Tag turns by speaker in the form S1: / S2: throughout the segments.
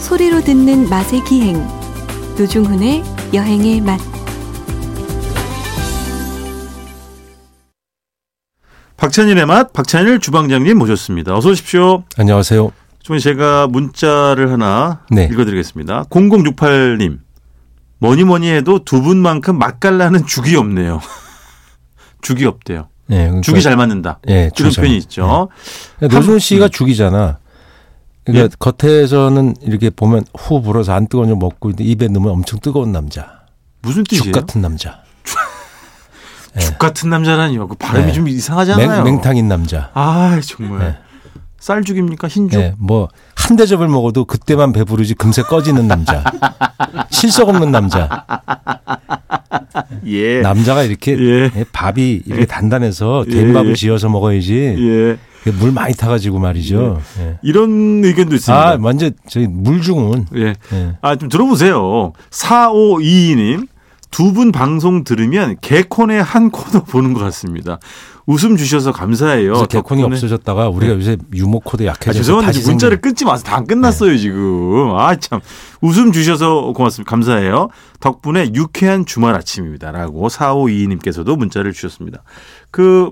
S1: 소리로 듣는 맛의 기행 노중훈의 여행의 맛
S2: 박찬일의 맛 박찬일 주방장님 모셨습니다. 어서 오십시오.
S3: 안녕하세요.
S2: 좀 제가 문자를 하나
S3: 네.
S2: 읽어드리겠습니다. 0068님 뭐니 뭐니 해도 두 분만큼 맛깔나는 죽이 없네요. 죽이 없대요.
S3: 예, 그러니까-
S2: 죽이 잘 맞는다.
S3: 예,
S2: 이런
S3: 주죠.
S2: 표현이 있죠.
S3: 예. 노준
S2: 음.
S3: 씨가 죽이잖아. 그러니까
S2: 예.
S3: 겉에서는 이렇게 보면 후 불어서 안 뜨거운 줄 먹고 있는데 입에 넣으면 엄청 뜨거운 남자.
S2: 무슨
S3: 죽
S2: 뜻이에요?
S3: 같은 남자.
S2: 죽 같은 남자라니요. 그 발음이
S3: 네.
S2: 좀 이상하잖아요.
S3: 맹, 탕인 남자.
S2: 아 정말
S3: 네.
S2: 쌀죽입니까 흰죽?
S3: 예, 뭐 한 대접을 먹어도 그때만 배부르지 금세 꺼지는 남자. 실속 없는 남자.
S2: 예.
S3: 남자가 이렇게
S2: 예.
S3: 예, 밥이 이렇게 단단해서
S2: 예,
S3: 된밥을
S2: 예.
S3: 지어서 먹어야지.
S2: 예.
S3: 물 많이 타가지고 말이죠. 예.
S2: 이런 의견도 있습니다.
S3: 아, 먼저 저희 물중은
S2: 예.
S3: 예.
S2: 아, 좀 들어보세요. 4522님. 두 분 방송 들으면 개콘의 한 코너 보는 것 같습니다. 웃음 주셔서 감사해요.
S3: 그래서 개콘이
S2: 어, 덕분에- 네.
S3: 없어졌다가 우리가 요새 유머 코드
S2: 아,
S3: 약해져서
S2: 죄송한데
S3: 다시 네.
S2: 지금 문자를
S3: 생긴-
S2: 끊지 마세요. 다 안 끝났어요, 지금. 아, 참. 웃음 주셔서 고맙습니다. 감사해요. 덕분에 유쾌한 주말 아침입니다. 라고 4522님께서도 문자를 주셨습니다. 그,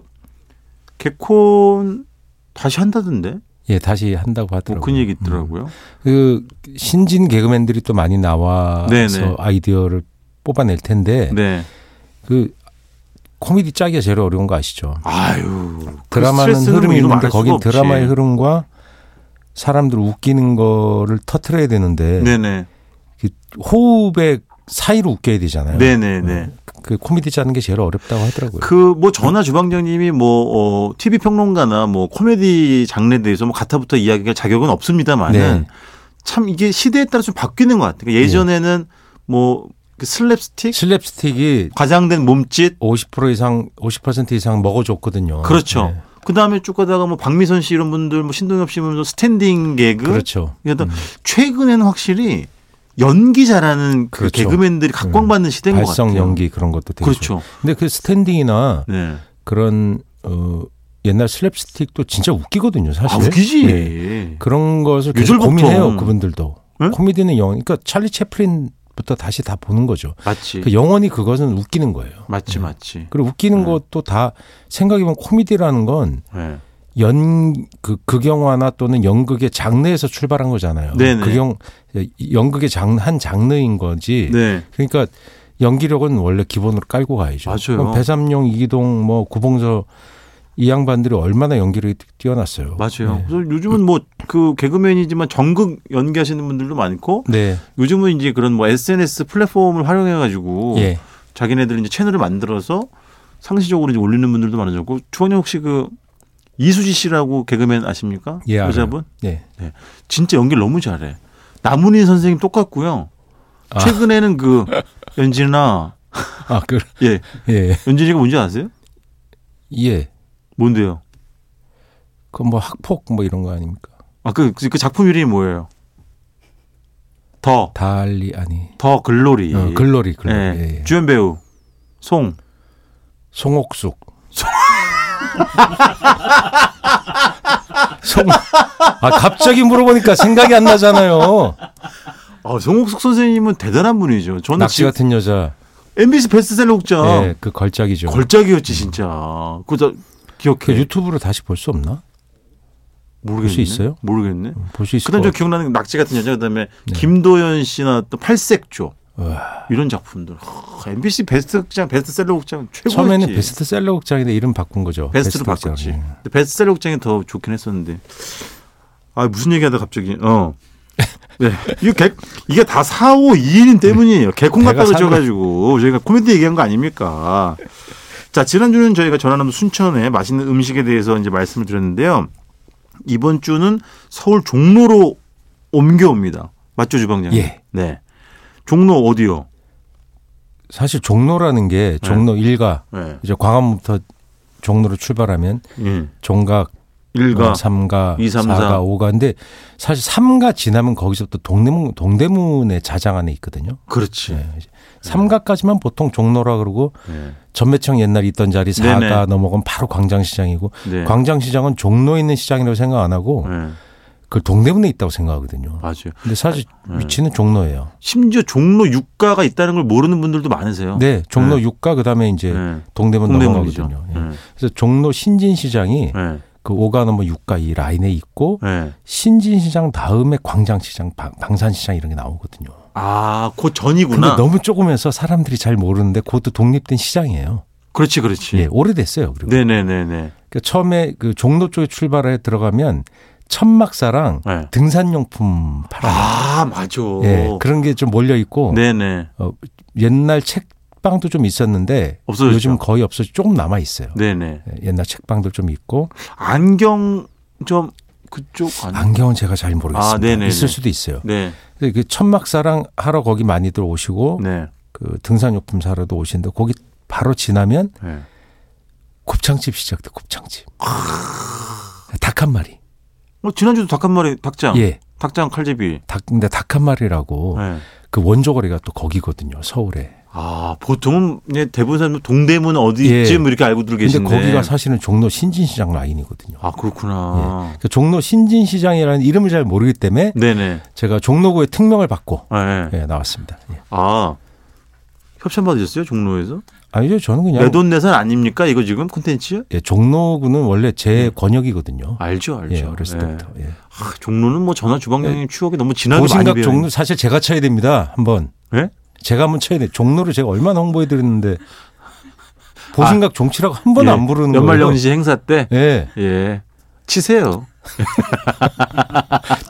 S2: 개콘 다시 한다던데?
S3: 예 다시 한다고
S2: 뭐
S3: 하더라고요.
S2: 그런 얘기 있더라고요.
S3: 그 신진 개그맨들이 또 많이 나와서
S2: 네네.
S3: 아이디어를 뽑아낼 텐데
S2: 네.
S3: 그 코미디 짜기가 제일 어려운 거 아시죠?
S2: 아유. 그
S3: 드라마는
S2: 스트레스는
S3: 흐름이
S2: 이루
S3: 있는데
S2: 말할 수가
S3: 거긴
S2: 없지.
S3: 드라마의 흐름과 사람들 웃기는 거를 터트려야 되는데
S2: 네네.
S3: 그 호흡의 사이로 웃겨야 되잖아요.
S2: 네네네.
S3: 그 코미디 짜는 게 제일 어렵다고 하더라고요.
S2: 그 뭐 전화 주방장님이 뭐 어, TV 평론가나 뭐 코미디 장르에 대해서 뭐 가타부터 이야기할 자격은 없습니다만은
S3: 네.
S2: 참 이게 시대에 따라 좀 바뀌는 것 같아요. 그러니까 예전에는 뭐그 슬랩스틱
S3: 네. 슬랩스틱이
S2: 과장된 몸짓
S3: 50% 이상 50% 이상 먹어줬거든요.
S2: 그렇죠.
S3: 네.
S2: 그 다음에 쭉 가다가 뭐 박미선 씨 이런 분들 뭐 신동엽 씨 분들 스탠딩 개그
S3: 그렇죠.
S2: 그러니까 최근에는 확실히 연기 잘하는 그
S3: 그렇죠.
S2: 개그맨들이 각광받는 시대인 것 같아요.
S3: 발성 연기 그런 것도 되게 좋아요.
S2: 그렇죠.
S3: 근데 그 스탠딩이나
S2: 네.
S3: 그런 어 옛날 슬랩스틱도 진짜 웃기거든요,
S2: 아
S3: 사실.
S2: 웃기지.
S3: 네. 그런 것을 계속
S2: 요즘부터.
S3: 고민해요, 그분들도.
S2: 네?
S3: 코미디는 영 그러니까 찰리 채플린부터 다시 다 보는 거죠.
S2: 맞지.
S3: 그 영원히 그것은 웃기는 거예요.
S2: 맞지 맞지.
S3: 그리고 웃기는
S2: 네.
S3: 것도 다 생각해보면 코미디라는
S2: 네.
S3: 건 연 그 극영화나 또는 연극의 장르에서 출발한 거잖아요.
S2: 네네.
S3: 극영 연극의 장, 한 장르인 거지.
S2: 네.
S3: 그러니까 연기력은 원래 기본으로 깔고 가야죠.
S2: 맞아요.
S3: 그럼 배삼룡, 이기동, 뭐 구봉서 이 양반들이 얼마나 연기력이 뛰- 뛰어났어요.
S2: 맞아요. 그래서 요즘은 뭐 그 개그맨이지만 전극 연기하시는 분들도 많고
S3: 네.
S2: 요즘은 이제 그런 뭐 SNS 플랫폼을 활용해 가지고
S3: 예.
S2: 자기네들 이제 채널을 만들어서 상시적으로 이제 올리는 분들도 많아졌고 주원영 혹시 그 이수지 씨라고 개그맨 아십니까?
S3: 예, 알아요.
S2: 여자분
S3: 예.
S2: 진짜 연기를 너무 잘해. 남은희 선생님 똑같고요.
S3: 아.
S2: 최근에는 그 연진아
S3: 아, 그
S2: 예
S3: 예.
S2: 연진이가 뭔지 아세요?
S3: 예.
S2: 뭔데요?
S3: 그 뭐 학폭 뭐 이런 거 아닙니까?
S2: 아그 그 작품 이름이 뭐예요? 더
S3: 달리 아니.
S2: 더 글로리.
S3: 어, 글로리 글로리.
S2: 예.
S3: 예, 예.
S2: 주연 배우 송.
S3: 송옥숙. 송. 아 갑자기 물어보니까 생각이 안 나잖아요.
S2: 아, 송옥숙 선생님은 대단한 분이죠. 저는
S3: 낚시
S2: 지금
S3: 같은 여자.
S2: MBC 베스트셀러
S3: 예,
S2: 국장
S3: 그 걸작이죠.
S2: 걸작이었지 진짜. 그저 기억해.
S3: 그 유튜브로 다시 볼 수 없나?
S2: 모르겠네.
S3: 볼수 있어요?
S2: 모르겠네.
S3: 볼 수 있을 것 네.
S2: 그다음 저
S3: 같아요.
S2: 기억나는 건 낙지 같은 여자 그다음에 김도연 씨나 또 팔색조
S3: 와.
S2: 이런 작품들. 하, MBC 베스트 극장 베스트셀러 국장 최고였지.
S3: 처음에는 베스트셀러 극장인데 이름 바꾼 거죠.
S2: 베스트로
S3: 베스트 극장. 음.
S2: 바꿨지. 근데 베스트셀러 극장이 더 좋긴 했었는데. 아, 무슨 얘기하다 갑자기. 어. 네. 이거 개, 이게 다 4, 5, 2인 때문이에요. 개콘
S3: 배가
S2: 같다고
S3: 산으로-
S2: 쳐가지고 저희가 코미디 얘기한 거 아닙니까? 자, 지난주는 저희가 전라남도 순천의 맛있는 음식에 대해서 이제 말씀을 드렸는데요. 이번 주는 서울 종로로 옮겨옵니다. 맞죠, 주방장님?
S3: 예.
S2: 네. 종로 어디요?
S3: 사실 종로라는 게 종로 일가
S2: 네.
S3: 이제 광화문부터 종로로 출발하면
S2: 예. 아,
S3: 종각,
S2: 일가.
S3: 어, 삼가,
S2: 이, 삼, 사.
S3: 사가, 오가인데 사실 삼가 지나면 거기서부터 동대문 동대문의 자장 안에 있거든요.
S2: 그렇지.
S3: 네. 삼가까지만 보통 종로라 그러고
S2: 네.
S3: 전매청 옛날 있던 자리 사가
S2: 네네.
S3: 넘어가면 바로 광장시장이고
S2: 네.
S3: 광장시장은 종로에 있는 시장이라고 생각 안 하고
S2: 네.
S3: 그걸 동대문에 있다고 생각하거든요.
S2: 맞아요.
S3: 근데 사실
S2: 네.
S3: 위치는 종로예요.
S2: 심지어 종로 유가가 있다는 걸 모르는 분들도 많으세요.
S3: 네, 종로
S2: 네.
S3: 육가 그다음에 이제
S2: 네.
S3: 동대문
S2: 홍대문이죠.
S3: 넘어가거든요. 예. 그래서 종로 신진시장이
S2: 네.
S3: 그 5가 넘어 6가 이 라인에 있고
S2: 네.
S3: 신진시장 다음에 광장시장, 방- 방산시장 이런 게 나오거든요.
S2: 아, 그
S3: 근데
S2: 전이구나.
S3: 너무 조그매서 사람들이 잘 모르는데 그것도 독립된 시장이에요.
S2: 그렇지, 그렇지.
S3: 예, 오래됐어요. 그리고
S2: 네네네네.
S3: 그러니까 처음에 그 종로 쪽에 출발해 들어가면 천막사랑
S2: 네.
S3: 등산용품 팔아요.
S2: 아, 맞아.
S3: 예, 그런 뭐. 게 좀 몰려 있고
S2: 네네.
S3: 옛날 책방도 좀 있었는데
S2: 없어졌죠.
S3: 요즘 그 거의 없어서 조금 남아 있어요.
S2: 네네.
S3: 예, 옛날 책방도 좀 있고
S2: 안경 좀 그쪽 아니.
S3: 안경은 제가 잘
S2: 아,
S3: 모르겠습니다.
S2: 네네네.
S3: 있을 수도 있어요.
S2: 네.
S3: 근데 그 천막사랑 하러 거기 많이들 오시고
S2: 네.
S3: 그 등산용품 사러도 오시는데 거기 바로 지나면
S2: 네.
S3: 곱창집 시작돼 곱창집.
S2: 아.
S3: 닭 한 마리.
S2: 어, 지난주도 닭 한 마리 닭장.
S3: 예.
S2: 닭장 칼제비.
S3: 닭 근데 닭 한 마리라고
S2: 네.
S3: 그 원조거리가 또 거기거든요. 서울에.
S2: 아, 보통은 이제 대부분 사람 동대문 어디쯤 뭐 이렇게 알고들
S3: 예. 근데
S2: 계신데.
S3: 거기가 사실은 종로 신진시장 라인이거든요.
S2: 아, 그렇구나.
S3: 그 종로 신진시장이라는 이름을 잘 모르기 때문에
S2: 네네.
S3: 제가 종로구의 특명을 받고
S2: 네.
S3: 예, 나왔습니다. 예.
S2: 아. 협찬 받으셨어요? 종로에서?
S3: 아니죠. 저는 그냥
S2: 내 돈 내산 아닙니까? 이거 지금 콘텐츠?
S3: 예, 종로구는 원래
S2: 네.
S3: 제 권역이거든요.
S2: 알죠, 알죠.
S3: 예, 어렸을
S2: 예.
S3: 때부터. 예.
S2: 아, 종로는 뭐 전화 주방장님 추억이 너무 진하게 많이
S3: 고신각
S2: 배어요.
S3: 종로 사실 제가 쳐야 됩니다. 한번
S2: 예?
S3: 제가 한번 쳐야 돼. 종로를 제가 얼마나 홍보해 드렸는데 보신각 종치라고 한 번 안
S2: 아. 예.
S3: 부르는 거예요.
S2: 연말연시 행사 때
S3: 예,
S2: 예. 치세요.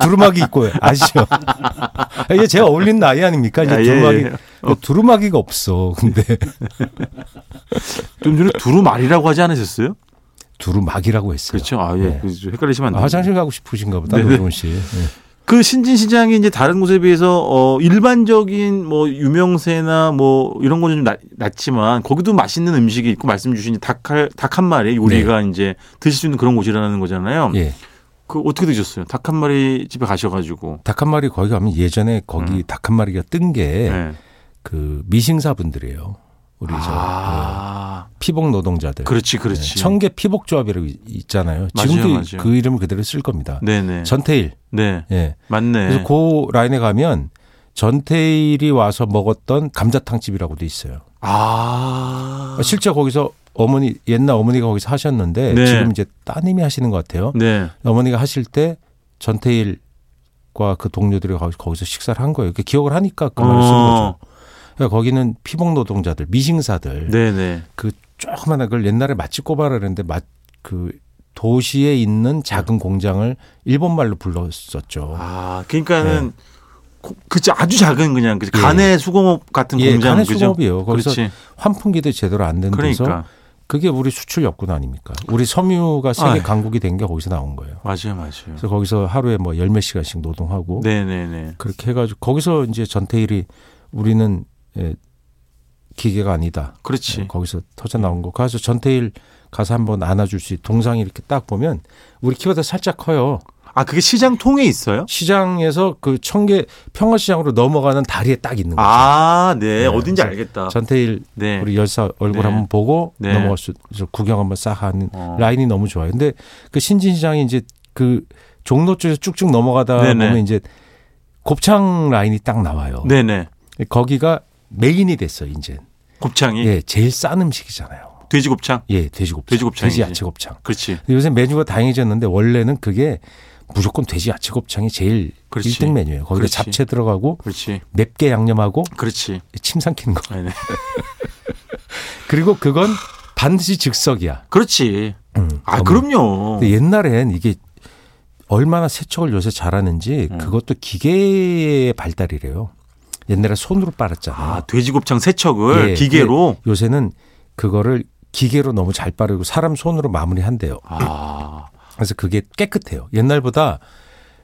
S3: 두루마기 있고 아시죠? 이게 제가 어울리는 나이 아닙니까? 이제
S2: 아, 예,
S3: 두루마기
S2: 예. 어.
S3: 두루마기가 없어. 근데
S2: 좀 전에 두루마리라고 하지 않으셨어요?
S3: 두루마기라고 했어요.
S2: 그렇죠. 아, 예.
S3: 네.
S2: 그좀 헷갈리시면 안
S3: 아,
S2: 돼요.
S3: 화장실 가고 싶으신가 보다.
S2: 네네.
S3: 노종 씨. 예.
S2: 그 신진 시장이 이제 다른 곳에 비해서 어 일반적인 뭐 유명세나 뭐 이런 거는 좀 낮- 낮지만 거기도 맛있는 음식이 있고 말씀 주신 닭닭 한 마리 요리가 이제 드실 수 있는 그런 곳이라는 거잖아요.
S3: 네. 예.
S2: 그 어떻게 드셨어요? 닭 한 마리 집에 가셔 가지고.
S3: 닭 한 마리 거기 가면 예전에 거기
S2: 음.
S3: 닭 한 마리가 뜬 게 그
S2: 네.
S3: 미싱사분들이에요. 우리 저
S2: 아.
S3: 그 피복 노동자들.
S2: 그렇지, 그렇지.
S3: 네, 청계 피복조합이라고 이- 있잖아요.
S2: 맞아요,
S3: 지금도
S2: 맞아요.
S3: 그 이름을 그대로 쓸 겁니다.
S2: 네네.
S3: 전태일.
S2: 네.
S3: 예.
S2: 맞네.
S3: 그래서 그 라인에 가면 전태일이 와서 먹었던 감자탕집이라고도 있어요.
S2: 아.
S3: 실제 거기서 어머니 옛날 어머니가 거기서 하셨는데
S2: 네.
S3: 지금 이제 따님이 하시는 것 같아요.
S2: 네.
S3: 어머니가 하실 때 전태일과 그 동료들이 거- 거기서 식사를 한 거예요. 이렇게 기억을 하니까 그 말을 쓴
S2: 어.
S3: 거죠. 그러니까 거기는 피복 노동자들, 미싱사들
S2: 네네.
S3: 그 조그마한 걸 옛날에 맛집 꼽아라 그랬는데 맛, 그 도시에 있는 작은 공장을 일본 말로 불렀었죠.
S2: 아,
S3: 네.
S2: 그러니까는 고- 그치 아주 작은 그냥 그 간의 수공업 같은
S3: 예,
S2: 공장
S3: 간의
S2: 그죠?
S3: 수공업이에요. 거기서
S2: 그렇지.
S3: 환풍기도 제대로 안 된데서
S2: 그러니까
S3: 그게 우리 수출 여건 아닙니까? 우리 섬유가 세계
S2: 아이. 예.
S3: 강국이 된 게 거기서 나온 거예요.
S2: 맞아요, 맞아요.
S3: 그래서 뭐? 거기서 하루에 뭐 열 몇 시간씩 노동하고
S2: 네네네.
S3: 그렇게 해가지고 거기서 이제 전태일이 우리는 예, 기계가 아니다.
S2: 그렇지.
S3: 예, 거기서 터져 나온 거. 가서 전태일 가서 한번 안아줄 수 있. 동상이 이렇게 딱 보면 우리 키보다 살짝 커요.
S2: 아, 그게 시장 통에 있어요?
S3: 시장에서 그 청계 평화시장으로 넘어가는 다리에 딱 있는 거죠.
S2: 아, 네.
S3: 네,
S2: 어딘지
S3: 그래서
S2: 알겠다.
S3: 전태일
S2: 네.
S3: 우리 열사 얼굴
S2: 네.
S3: 한번 보고
S2: 네.
S3: 넘어갈 수 있어서 구경 한번 싹 하는
S2: 어.
S3: 라인이 너무 좋아요. 근데 그 신진시장이 이제 그 종로 쪽에서 쭉쭉 넘어가다
S2: 네네.
S3: 보면 이제 곱창 라인이 딱 나와요.
S2: 네네.
S3: 거기가 메인이 됐어 이제.
S2: 곱창이
S3: 예, 제일 싼 음식이잖아요.
S2: 돼지 곱창.
S3: 예, 돼지곱창,
S2: 돼지곱창이지.
S3: 돼지 야채곱창.
S2: 그렇지.
S3: 근데 요새 메뉴가 다양해졌는데 원래는 그게 무조건 돼지 야채곱창이 제일
S2: 그렇지.
S3: 일등 메뉴예요. 거기다
S2: 그렇지.
S3: 잡채 들어가고
S2: 그렇지.
S3: 맵게 양념하고
S2: 그렇지.
S3: 침 삼키는 거.
S2: 네, 네.
S3: 그리고 그건 반드시 즉석이야.
S2: 그렇지.
S3: 음, 네.
S2: 아,
S3: 어머.
S2: 그럼요.
S3: 근데 옛날엔 이게 얼마나 세척을 요새 잘하는지
S2: 음.
S3: 그것도 기계의 발달이래요. 옛날에 손으로 빨았잖아요.
S2: 아, 돼지 곱창 세척을
S3: 예,
S2: 기계로
S3: 근데 요새는 그거를 기계로 너무 잘 빠르고 사람 손으로 마무리한대요.
S2: 아.
S3: 그래서 그게 깨끗해요. 옛날보다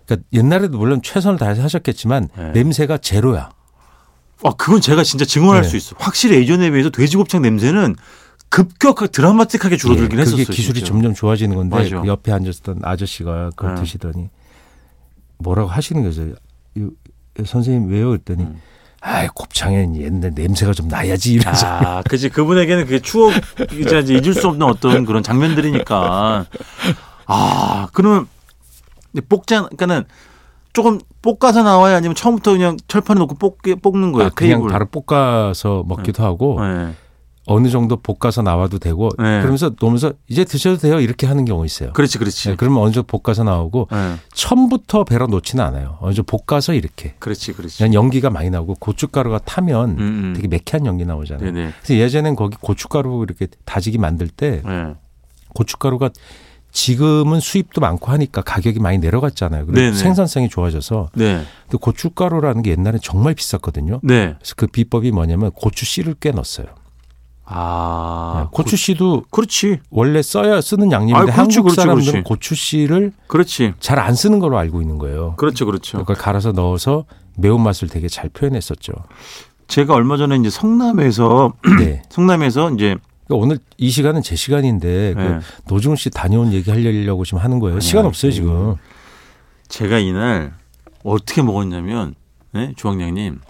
S3: 그러니까 옛날에도 물론 최선을 다해서 하셨겠지만
S2: 네.
S3: 냄새가 제로야.
S2: 아, 그건 제가 진짜 증언할
S3: 네.
S2: 수 있어. 확실히 예전에 비해서 돼지곱창 냄새는 급격하게 드라마틱하게 줄어들긴
S3: 예,
S2: 했었어요.
S3: 그게 기술이
S2: 진짜.
S3: 점점 좋아지는 건데
S2: 맞아.
S3: 그 옆에 앉았던 아저씨가 그걸
S2: 네.
S3: 드시더니 뭐라고 하시는 거죠. 이- 이 선생님 왜요? 그랬더니
S2: 음.
S3: 아이 곱창엔 옛날 냄새가 좀 나야지 이러죠.
S2: 아, 그지 그분에게는 그게 추억 이제 이제 잊을 수 없는 어떤 그런 장면들이니까. 아, 그러면 근데 볶지 않, 그러니까는 조금 볶아서 나와야 아니면 처음부터 그냥 철판에 놓고 볶, 볶는 거예요.
S3: 아, 그냥
S2: 테이블.
S3: 바로 볶아서 먹기도 하고
S2: 네.
S3: 어느 정도 볶아서 나와도 되고
S2: 네.
S3: 그러면서 놓으면서 이제 드셔도 돼요 이렇게 하는 경우 있어요.
S2: 그렇지, 그렇지.
S3: 네, 그러면 어느 정도 볶아서 나오고
S2: 네.
S3: 처음부터 배로 놓지는 않아요. 어느 정도 볶아서 이렇게
S2: 그렇지, 그렇지.
S3: 그냥 연기가 많이 나오고 고춧가루가 타면
S2: 음, 음.
S3: 되게 매캐한 연기 나오잖아요.
S2: 네네.
S3: 그래서 예전엔 거기 고춧가루 이렇게 다지기 만들 때
S2: 네.
S3: 고춧가루가 지금은 수입도 많고 하니까 가격이 많이 내려갔잖아요. 그래서
S2: 네네.
S3: 생산성이 좋아져서
S2: 네.
S3: 근데 고춧가루라는 게 옛날에 정말 비쌌거든요.
S2: 네.
S3: 그래서 그 비법이 뭐냐면 고추 씨를 꽤 넣었어요.
S2: 아.
S3: 네, 고추 씨도
S2: 고- 그렇지.
S3: 원래 써야 쓰는 양념인데
S2: 아유, 그렇죠,
S3: 한국
S2: 그렇죠,
S3: 사람들은
S2: 그렇지.
S3: 고추 씨를
S2: 그렇지.
S3: 잘 안 쓰는 걸로 알고 있는 거예요.
S2: 그렇죠, 그렇죠.
S3: 그걸 갈아서 넣어서 매운맛을 되게 잘 표현했었죠.
S2: 제가 얼마 전에 이제 성남에서
S3: 네.
S2: 성남에서 이제
S3: 그러니까 오늘 이 시간은 제 시간인데 그
S2: 네.
S3: 노중훈 씨 다녀온 얘기 하려고 지금 하는 거예요.
S2: 아니야,
S3: 시간 없어요
S2: 아니.
S3: 지금.
S2: 제가 이날 어떻게 먹었냐면 네? 주방장님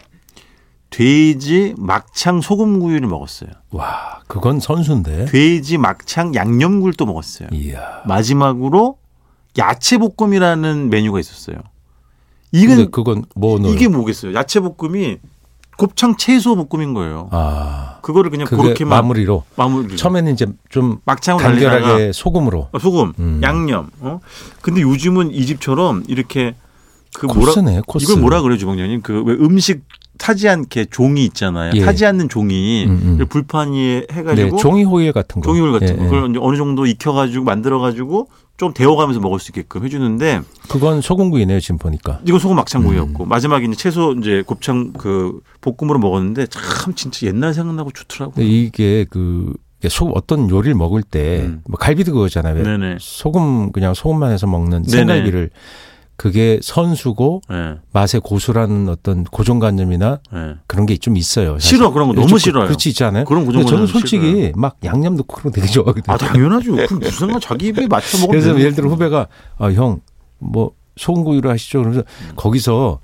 S2: 돼지 막창 소금구이를 먹었어요.
S3: 와 그건 선수인데.
S2: 돼지 막창 양념구이를 또 먹었어요.
S3: 이야.
S2: 마지막으로 야채 볶음이라는 메뉴가 있었어요.
S3: 근데
S2: 이건
S3: 그건 뭐 넣어요?
S2: 이게 뭐겠어요? 야채 볶음이 곱창 채소 볶음인 거예요.
S3: 아
S2: 그거를 뭐 그냥
S3: 그게
S2: 그렇게만
S3: 마무리로
S2: 마무리.
S3: 처음에는 이제 좀
S2: 막창을 날리다가
S3: 간결하게 소금으로
S2: 어, 소금,
S3: 음.
S2: 양념. 어? 근데 요즘은 이 집처럼 이렇게 그 뭐라
S3: 코스네 코스.
S2: 이걸 뭐라 그래요, 주방장님? 그 왜 음식 타지 않게 종이 있잖아요.
S3: 예.
S2: 타지 않는 종이
S3: 음, 음.
S2: 불판 위에
S3: 네,
S2: 해가지고
S3: 종이 호일 같은 거.
S2: 종이, 울 같은
S3: 예,
S2: 거
S3: 예.
S2: 그걸 이제 어느 정도 익혀가지고 만들어가지고 좀 데워가면서 먹을 수 있게끔 해주는데
S3: 그건 소금구이네요 지금 보니까.
S2: 이건 소금 막창구이였고
S3: 음.
S2: 마지막에 이제 채소 이제 곱창 그 볶음으로 먹었는데 참 진짜 옛날 생각나고 좋더라고.
S3: 근데 네, 이게 그 소, 어떤 요리를 먹을 때
S2: 음.
S3: 뭐 갈비도 그거잖아요. 왜
S2: 네네.
S3: 소금 그냥 소금만 해서 먹는
S2: 네네.
S3: 생갈비를 그게 선수고
S2: 예,
S3: 맛의 고수라는 어떤 고정관념이나
S2: 예.
S3: 그런 게 좀 있어요. 사실.
S2: 싫어 그런 거 너무
S3: 좀
S2: 싫어요.
S3: 그렇지 있잖아요.
S2: 그런
S3: 근데 저는
S2: 고정관념
S3: 솔직히
S2: 싫어요.
S3: 막 양념 넣고 그런 거 되게 좋아하거든요.
S2: 아 당연하죠. 그럼 무슨 말 자기 입에 맞춰 먹으면
S3: 그래서
S2: 되는 뭐.
S3: 예를 들어
S2: 거죠.
S3: 후배가 아, 형뭐 소금구이로 하시죠. 그러면서 거기서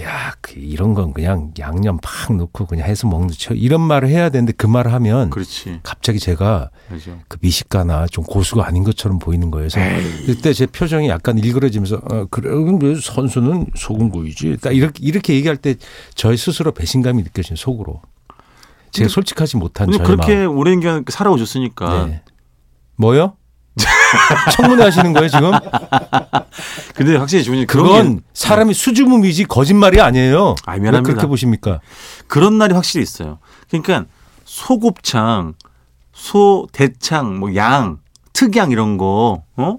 S3: 야, 그 이런 건 그냥 양념 팍 넣고 그냥 해서 먹는 척 이런 말을 해야 되는데 그 말을 하면
S2: 그렇지.
S3: 갑자기 제가
S2: 그렇죠.
S3: 그 미식가나 좀 고수가 아닌 것처럼 보이는 거예요. 그래서 그때 제 표정이 약간 일그러지면서 어, 그래 그럼 왜 선수는 소금구이지. 딱 이렇게 이렇게 얘기할 때 저의 스스로 배신감이 느껴지는 속으로. 제가 솔직하지 못한
S2: 근데
S3: 저의
S2: 그렇게
S3: 마음.
S2: 오랜 기간 살아오셨으니까.
S3: 네. 뭐요? 청문회 하시는 거예요 지금?
S2: 근데 확실히 주님 아, 그런 게- 네.
S3: 그건 사람이 수줍음이지 거짓말이 아니에요.
S2: 아,
S3: 왜
S2: 미안합니다.
S3: 그렇게 보십니까?
S2: 그런 날이 확실히 있어요. 그러니까 소곱창, 소 대창, 뭐 양 특양 이런 거 어?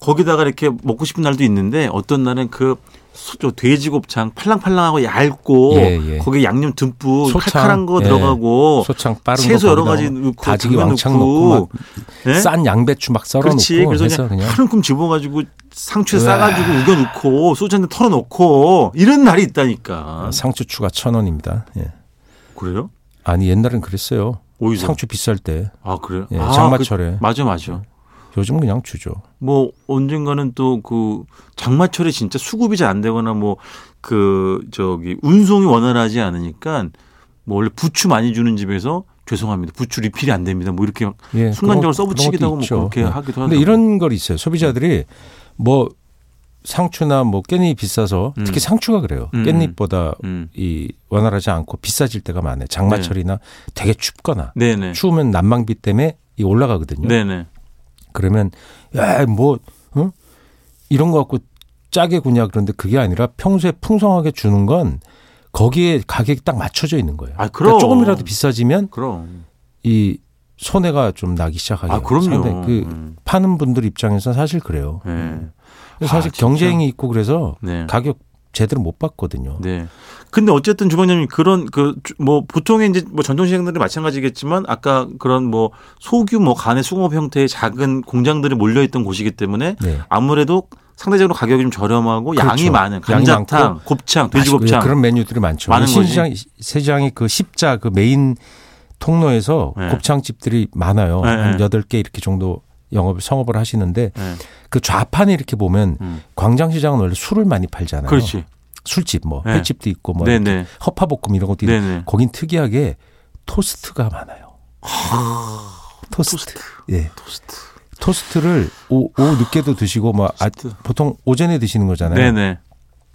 S2: 거기다가 이렇게 먹고 싶은 날도 있는데 어떤 날은 그 소, 저 돼지곱창 팔랑팔랑하고 얇고
S3: 예, 예.
S2: 거기에 양념 듬뿍
S3: 소창,
S2: 뭐 칼칼한 거
S3: 예.
S2: 들어가고
S3: 소창 빠른
S2: 채소
S3: 거
S2: 여러
S3: 거기다가
S2: 가지 넣고
S3: 다지기
S2: 당근
S3: 왕창
S2: 넣고,
S3: 넣고
S2: 예?
S3: 막 싼 양배추 막 썰어
S2: 그렇지.
S3: 놓고
S2: 그래서
S3: 해서
S2: 그냥,
S3: 그냥
S2: 한 움큼 집어가지고 상추에
S3: 으아.
S2: 싸가지고 우겨 넣고 소주 한 잔 털어 넣고 이런 날이 있다니까.
S3: 아, 상추 추가 천 원입니다. 예.
S2: 그래요?
S3: 아니 옛날엔 그랬어요.
S2: 오이소.
S3: 상추 비쌀 때
S2: 아 그래요?
S3: 예,
S2: 아,
S3: 장마철에.
S2: 그- 맞아 맞아.
S3: 요즘 은 그냥 주죠.
S2: 뭐 언젠가는 또 그 장마철에 진짜 수급이 잘 안 되거나 뭐 그 저기 운송이 원활하지 않으니까 뭐 원래 부추 많이 주는 집에서 죄송합니다. 부추 리필이 안 됩니다. 뭐 이렇게 막
S3: 예,
S2: 순간적으로
S3: 그런 거-
S2: 써붙이기도 하고
S3: 그런
S2: 뭐
S3: 것도
S2: 그렇게
S3: 있죠. 예.
S2: 하기도 네. 하고.
S3: 근데 이런 걸 있어요. 소비자들이 뭐 상추나 뭐 깻잎이 비싸서
S2: 음.
S3: 특히 상추가 그래요.
S2: 음.
S3: 깻잎보다
S2: 음.
S3: 이 원활하지 않고 비싸질 때가 많아요. 장마철이나 되게 춥거나
S2: 네. 네네.
S3: 추우면 난방비 때문에 이 올라가거든요.
S2: 네네.
S3: 그러면 야뭐 응? 이런 거 갖고 짜게 구냐 그런데 그게 아니라 평소에 풍성하게 주는 건 거기에 가격이 딱 맞춰져 있는 거예요.
S2: 아,
S3: 그러니까
S2: 그럼.
S3: 조금이라도 비싸지면
S2: 그럼.
S3: 이 손해가 좀 나기 시작하죠.
S2: 아 그럼요.
S3: 상당히 그
S2: 음.
S3: 파는 분들 입장에서 사실 그래요.
S2: 네.
S3: 음. 그래서
S2: 아,
S3: 사실
S2: 진짜.
S3: 경쟁이 있고 그래서
S2: 네.
S3: 가격 제대로 못 받거든요.
S2: 네. 근데 어쨌든 주방장님 그런 그 뭐 보통의 이제 뭐 전통시장들이 마찬가지겠지만 아까 그런 뭐 소규모 간의 수공업 형태의 작은 공장들이 몰려있던 곳이기 때문에
S3: 네.
S2: 아무래도 상대적으로 가격이 좀 저렴하고 양이
S3: 그렇죠.
S2: 많은
S3: 양이
S2: 감자탕,
S3: 많고
S2: 곱창,
S3: 맛있고,
S2: 돼지곱창.
S3: 예, 그런 메뉴들이 많죠.
S2: 많은 거지.
S3: 시장 시장이 그 십자 그 메인 통로에서
S2: 네.
S3: 곱창집들이 많아요.
S2: 네,
S3: 한
S2: 네.
S3: 여덟 개 이렇게 정도 영업을 성업을 하시는데
S2: 네.
S3: 그 좌판에 이렇게 보면
S2: 음.
S3: 광장시장은 원래 술을 많이 팔잖아요.
S2: 그렇지.
S3: 술집 뭐
S2: 네.
S3: 횟집도 있고 뭐
S2: 네네.
S3: 이렇게 허파볶음 이런 것도 있는데
S2: 네네.
S3: 거긴 특이하게 토스트가 많아요. 토스트. 예.
S2: 토스트.
S3: 토스트를 오, 오후 늦게도 드시고 막 아, 보통 오전에 드시는 거잖아요.
S2: 네네.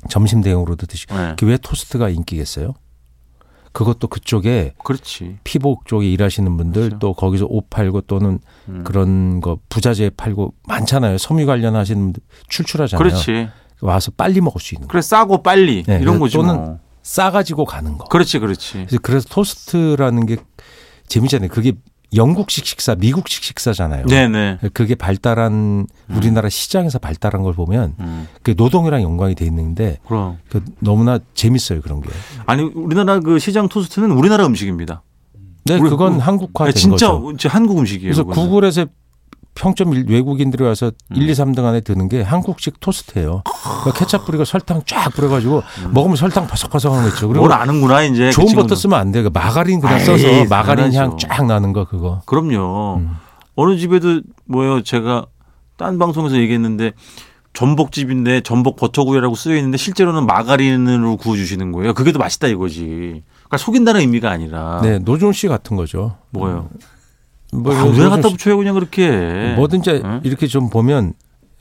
S3: 점심 대용으로도 드시고
S2: 네.
S3: 그게 왜 토스트가 인기겠어요? 그것도 그쪽에
S2: 그렇지.
S3: 피복 쪽에 일하시는 분들
S2: 그렇죠.
S3: 또 거기서 옷 팔고 또는
S2: 음.
S3: 그런 거 부자재 팔고 많잖아요. 섬유 관련하시는 분들 출출하잖아요.
S2: 그렇지.
S3: 와서 빨리 먹을 수 있는 거.
S2: 그래 싸고 빨리
S3: 네,
S2: 이런
S3: 그래서
S2: 거지
S3: 또는
S2: 뭐.
S3: 싸가지고 가는 거.
S2: 그렇지, 그렇지.
S3: 그래서, 그래서 토스트라는 게 재미잖아요. 그게 영국식 식사, 미국식 식사잖아요.
S2: 네네.
S3: 그게 발달한 우리나라 시장에서 발달한 걸 보면
S2: 음.
S3: 그 노동이랑 연관이 돼 있는데
S2: 그럼
S3: 그 너무나 재밌어요 그런 게.
S2: 아니 우리나라 그 시장 토스트는 우리나라 음식입니다.
S3: 네,
S2: 우리-
S3: 그건
S2: 우리-
S3: 한국화된
S2: 진짜
S3: 거죠.
S2: 진짜 한국 음식이에요.
S3: 그래서
S2: 그거는.
S3: 구글에서 평점 일- 외국인들이 와서
S2: 음.
S3: 1, 2, 3등 안에 드는 게 한국식 토스트예요. 그러니까 케첩 뿌리고 설탕 쫙 뿌려가지고 먹으면 설탕 바삭바삭한 거 있죠. 그리고
S2: 음. 뭘 아는구나 이제.
S3: 좋은
S2: 그 친구는.
S3: 버터 쓰면 안 돼. 그 마가린 그냥
S2: 아이,
S3: 써서 마가린 향
S2: 당연하죠.
S3: 쫙 나는 거 그거.
S2: 그럼요.
S3: 음.
S2: 어느 집에도 뭐요 제가 딴 방송에서 얘기했는데 전복집인데 전복 버터구이라고 쓰여 있는데 실제로는 마가린으로 구워주시는 거예요. 그게 더 맛있다 이거지. 그러니까 속인다는 의미가 아니라
S3: 네, 노준 씨 같은 거죠.
S2: 뭐예요?
S3: 뭐,
S2: 아, 왜
S3: 노준
S2: 갖다
S3: 씨-
S2: 붙여요 그냥 그렇게.
S3: 뭐든지
S2: 응?
S3: 이렇게 좀 보면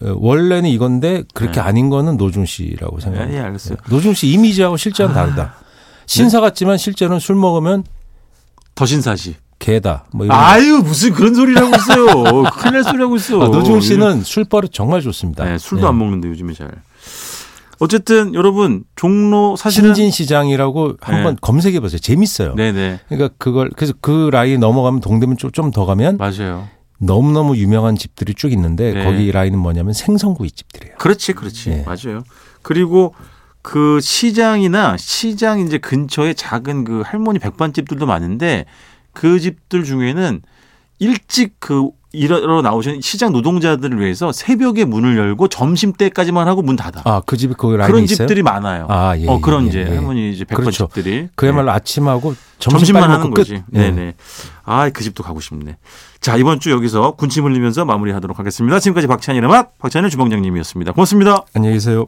S3: 어, 원래는 이건데
S2: 네.
S3: 그렇게 아닌 거는 노준 씨라고 생각합니다.
S2: 예, 예, 알겠어요.
S3: 네. 노준 씨 이미지하고 실제는
S2: 아.
S3: 다르다.
S2: 네.
S3: 신사 같지만 실제는 술 먹으면
S2: 더 신사시.
S3: 개다. 뭐 이런.
S2: 아유 무슨 그런 소리라고 있어요. 큰일 날 소리라고 있어.
S3: 아, 노준 씨는 술버릇 정말 좋습니다.
S2: 네, 술도 안 먹는데 요즘에 잘. 어쨌든 여러분 종로 사실은
S3: 신진 시장이라고 한번
S2: 네.
S3: 검색해 보세요. 재밌어요.
S2: 네네
S3: 그러니까 그걸 그래서 그 라인 넘어가면 동대문 쪽 좀 더 가면
S2: 맞아요.
S3: 너무 너무 유명한 집들이 쭉 있는데
S2: 네.
S3: 거기 라인은 뭐냐면 생선구이 집들이에요.
S2: 그렇지, 그렇지. 음,
S3: 네.
S2: 맞아요. 그리고 그 시장이나 시장 이제 근처에 작은 그 할머니 백반집들도 많은데 그 집들 중에는 일찍 그 일하러 나오신 시장 노동자들을 위해서 새벽에 문을 열고 점심 때까지만 하고 문 닫아.
S3: 아 그 집이 거기 라인에
S2: 그런
S3: 있어요?
S2: 집들이 많아요.
S3: 아, 예,
S2: 어 그런
S3: 예,
S2: 이제
S3: 예.
S2: 할머니 이제
S3: 그렇죠.
S2: 백반집들이 네.
S3: 그야말로 아침하고 점심
S2: 점심만
S3: 빨리
S2: 하는
S3: 먹고 끝.
S2: 거지.
S3: 예.
S2: 네네. 아, 그 집도 가고 싶네. 자, 이번 주 여기서 군침 흘리면서 마무리하도록 하겠습니다. 지금까지 박찬일의 맛, 박찬일 주방장님이었습니다. 고맙습니다.
S3: 안녕히 계세요.